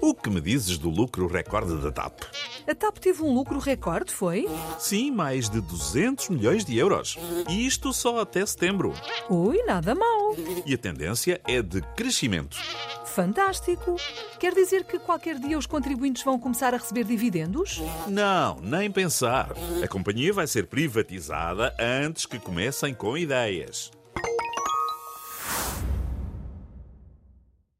O que me dizes do lucro recorde da TAP? A TAP teve um lucro recorde, foi? Sim, mais de 200 milhões de euros. E isto só até setembro. Ui, nada mal. E a tendência é de crescimento. Fantástico! Quer dizer que qualquer dia os contribuintes vão começar a receber dividendos? Não, nem pensar. A companhia vai ser privatizada antes que comecem com ideias.